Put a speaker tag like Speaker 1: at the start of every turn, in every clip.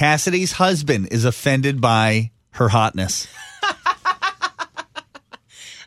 Speaker 1: Cassidy's husband is offended by her hotness.
Speaker 2: I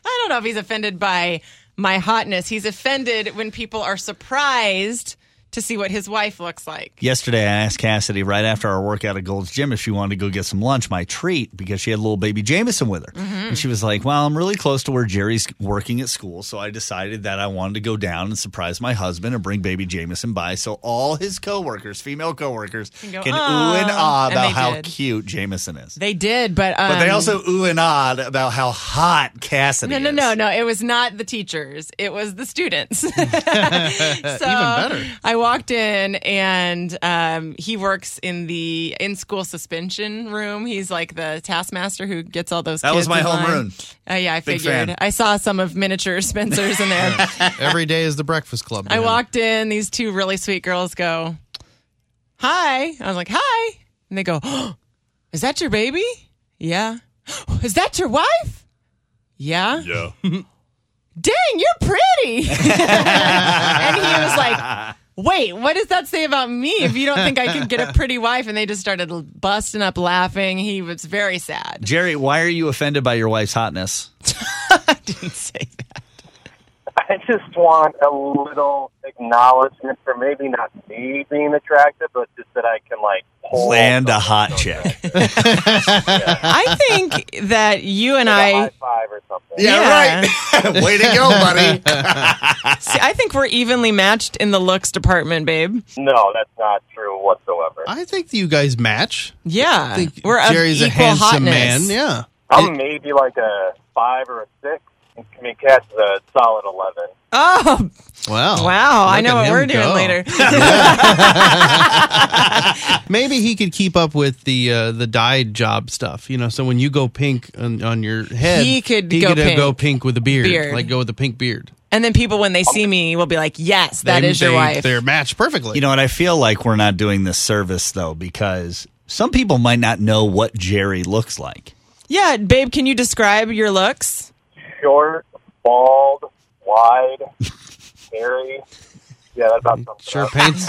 Speaker 2: don't know if he's offended by my hotness. He's offended when people are surprised to see what his wife looks like.
Speaker 1: Yesterday, I asked Cassidy right after our workout at Gold's Gym if she wanted to go get some lunch, my treat, because she had little baby Jameson with her.
Speaker 2: Mm-hmm.
Speaker 1: And she was like, Well, I'm really close to where Jerry's working at school. So I decided that I wanted to go down and surprise my husband and bring baby Jameson by. So all his coworkers, female coworkers, can, ooh
Speaker 2: Can go,
Speaker 1: and ah
Speaker 2: "Aw," and
Speaker 1: about
Speaker 2: they
Speaker 1: how
Speaker 2: did.
Speaker 1: cute Jameson is.
Speaker 2: They did, but um,
Speaker 1: but they also ooh and ah about how hot Cassidy
Speaker 2: no,
Speaker 1: is.
Speaker 2: no, no, no. It was not the teachers. It was the students. so Even better. I walked in, and um, he works in the in-school suspension room. He's like the taskmaster who gets all those.
Speaker 1: That was
Speaker 2: kids
Speaker 1: my
Speaker 2: in
Speaker 1: home
Speaker 2: line.
Speaker 1: room.
Speaker 2: Uh, yeah, I
Speaker 1: Big
Speaker 2: figured.
Speaker 1: fan.
Speaker 2: I saw some of miniature Spencers in there.
Speaker 3: Every day is the Breakfast Club. to
Speaker 2: I
Speaker 3: him.
Speaker 2: walked in, these two really sweet girls go, Hi. I was like, Hi. And they go, oh, Is that your baby? Yeah. "Oh, Is that your wife? Yeah. Yeah. Dang, you're pretty. and he was like, Wait, what does that say about me if you don't think I could get a pretty wife? And they just started busting up laughing. He was very sad.
Speaker 1: Jerry, why are you offended by your wife's hotness?
Speaker 2: Didn't say that.
Speaker 4: I just want a little acknowledgement for maybe not me being attractive, but just that I can like pull
Speaker 1: Land a
Speaker 4: something
Speaker 1: hot
Speaker 4: so
Speaker 1: chick.
Speaker 2: I think that you and
Speaker 4: good. A
Speaker 2: I
Speaker 4: high five or something.
Speaker 2: Yeah.
Speaker 1: right. Way to go, buddy.
Speaker 2: see, I think we're evenly matched in the looks department, babe.
Speaker 4: No, that's not true whatsoever.
Speaker 3: I think you guys match.
Speaker 2: Yeah,
Speaker 3: I think
Speaker 2: we're of
Speaker 3: Jerry's a
Speaker 2: equal
Speaker 3: handsome
Speaker 2: hotness.
Speaker 3: man. Yeah.
Speaker 4: I'm maybe like a five or a six. I mean, Cat's a solid eleven.
Speaker 2: Oh
Speaker 3: Wow.
Speaker 2: wow! I
Speaker 3: Look
Speaker 2: know
Speaker 3: at
Speaker 2: what
Speaker 3: him
Speaker 2: we're doing
Speaker 3: go.
Speaker 2: later.
Speaker 3: Maybe he could keep up with the uh, the dyed job stuff, you know. So when you go pink on, on your head,
Speaker 2: He could go
Speaker 3: uh,
Speaker 2: pink.
Speaker 3: go pink with a beard,
Speaker 2: Beard.
Speaker 3: like go with a pink beard.
Speaker 2: and then people, when they see me, will be like, "Yes, that
Speaker 3: They-
Speaker 2: is your
Speaker 3: they-
Speaker 2: wife."
Speaker 3: They're matched perfectly.
Speaker 1: You know, and I feel like we're not doing this service though, because some people might not know what Jerry looks like.
Speaker 2: Yeah, babe, can you describe your looks?
Speaker 4: Short, bald, wide, hairy. Yeah, that's about something.
Speaker 3: sure
Speaker 4: else.
Speaker 3: paints.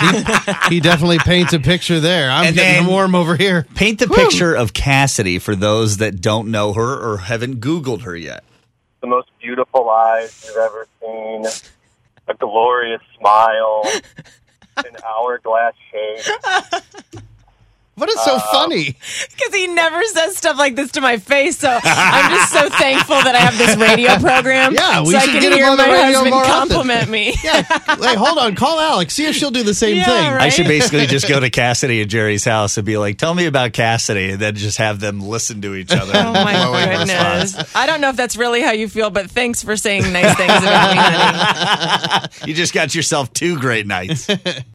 Speaker 3: He, he definitely paints a picture there. I'm
Speaker 1: And
Speaker 3: getting
Speaker 1: then-
Speaker 3: warm over here.
Speaker 1: Paint the picture of Cassidy for those that don't know her or haven't Googled her yet.
Speaker 4: the most beautiful eyes you've ever seen, a glorious smile, an hourglass shape.
Speaker 3: What is
Speaker 1: Oh.
Speaker 3: so funny?
Speaker 2: Because he never says stuff like this to my face, so I'm just so thankful that I have this radio program.
Speaker 3: Yeah, we
Speaker 2: so I
Speaker 3: should
Speaker 2: can
Speaker 3: get him
Speaker 2: hear
Speaker 3: on the
Speaker 2: my
Speaker 3: radio
Speaker 2: husband
Speaker 3: more often.
Speaker 2: compliment me.
Speaker 3: Yeah. Hey, hold on. Call Alex. See if she'll do the same
Speaker 2: Yeah,
Speaker 3: thing.
Speaker 2: right.
Speaker 1: I should basically just go to Cassidy and Jerry's house and be like, "Tell me about Cassidy," and then just have them listen to each other.
Speaker 2: Oh my
Speaker 1: Glowing response.
Speaker 2: goodness! I don't know if that's really how you feel, but thanks for saying nice things about me, honey.
Speaker 1: You just got yourself two great nights.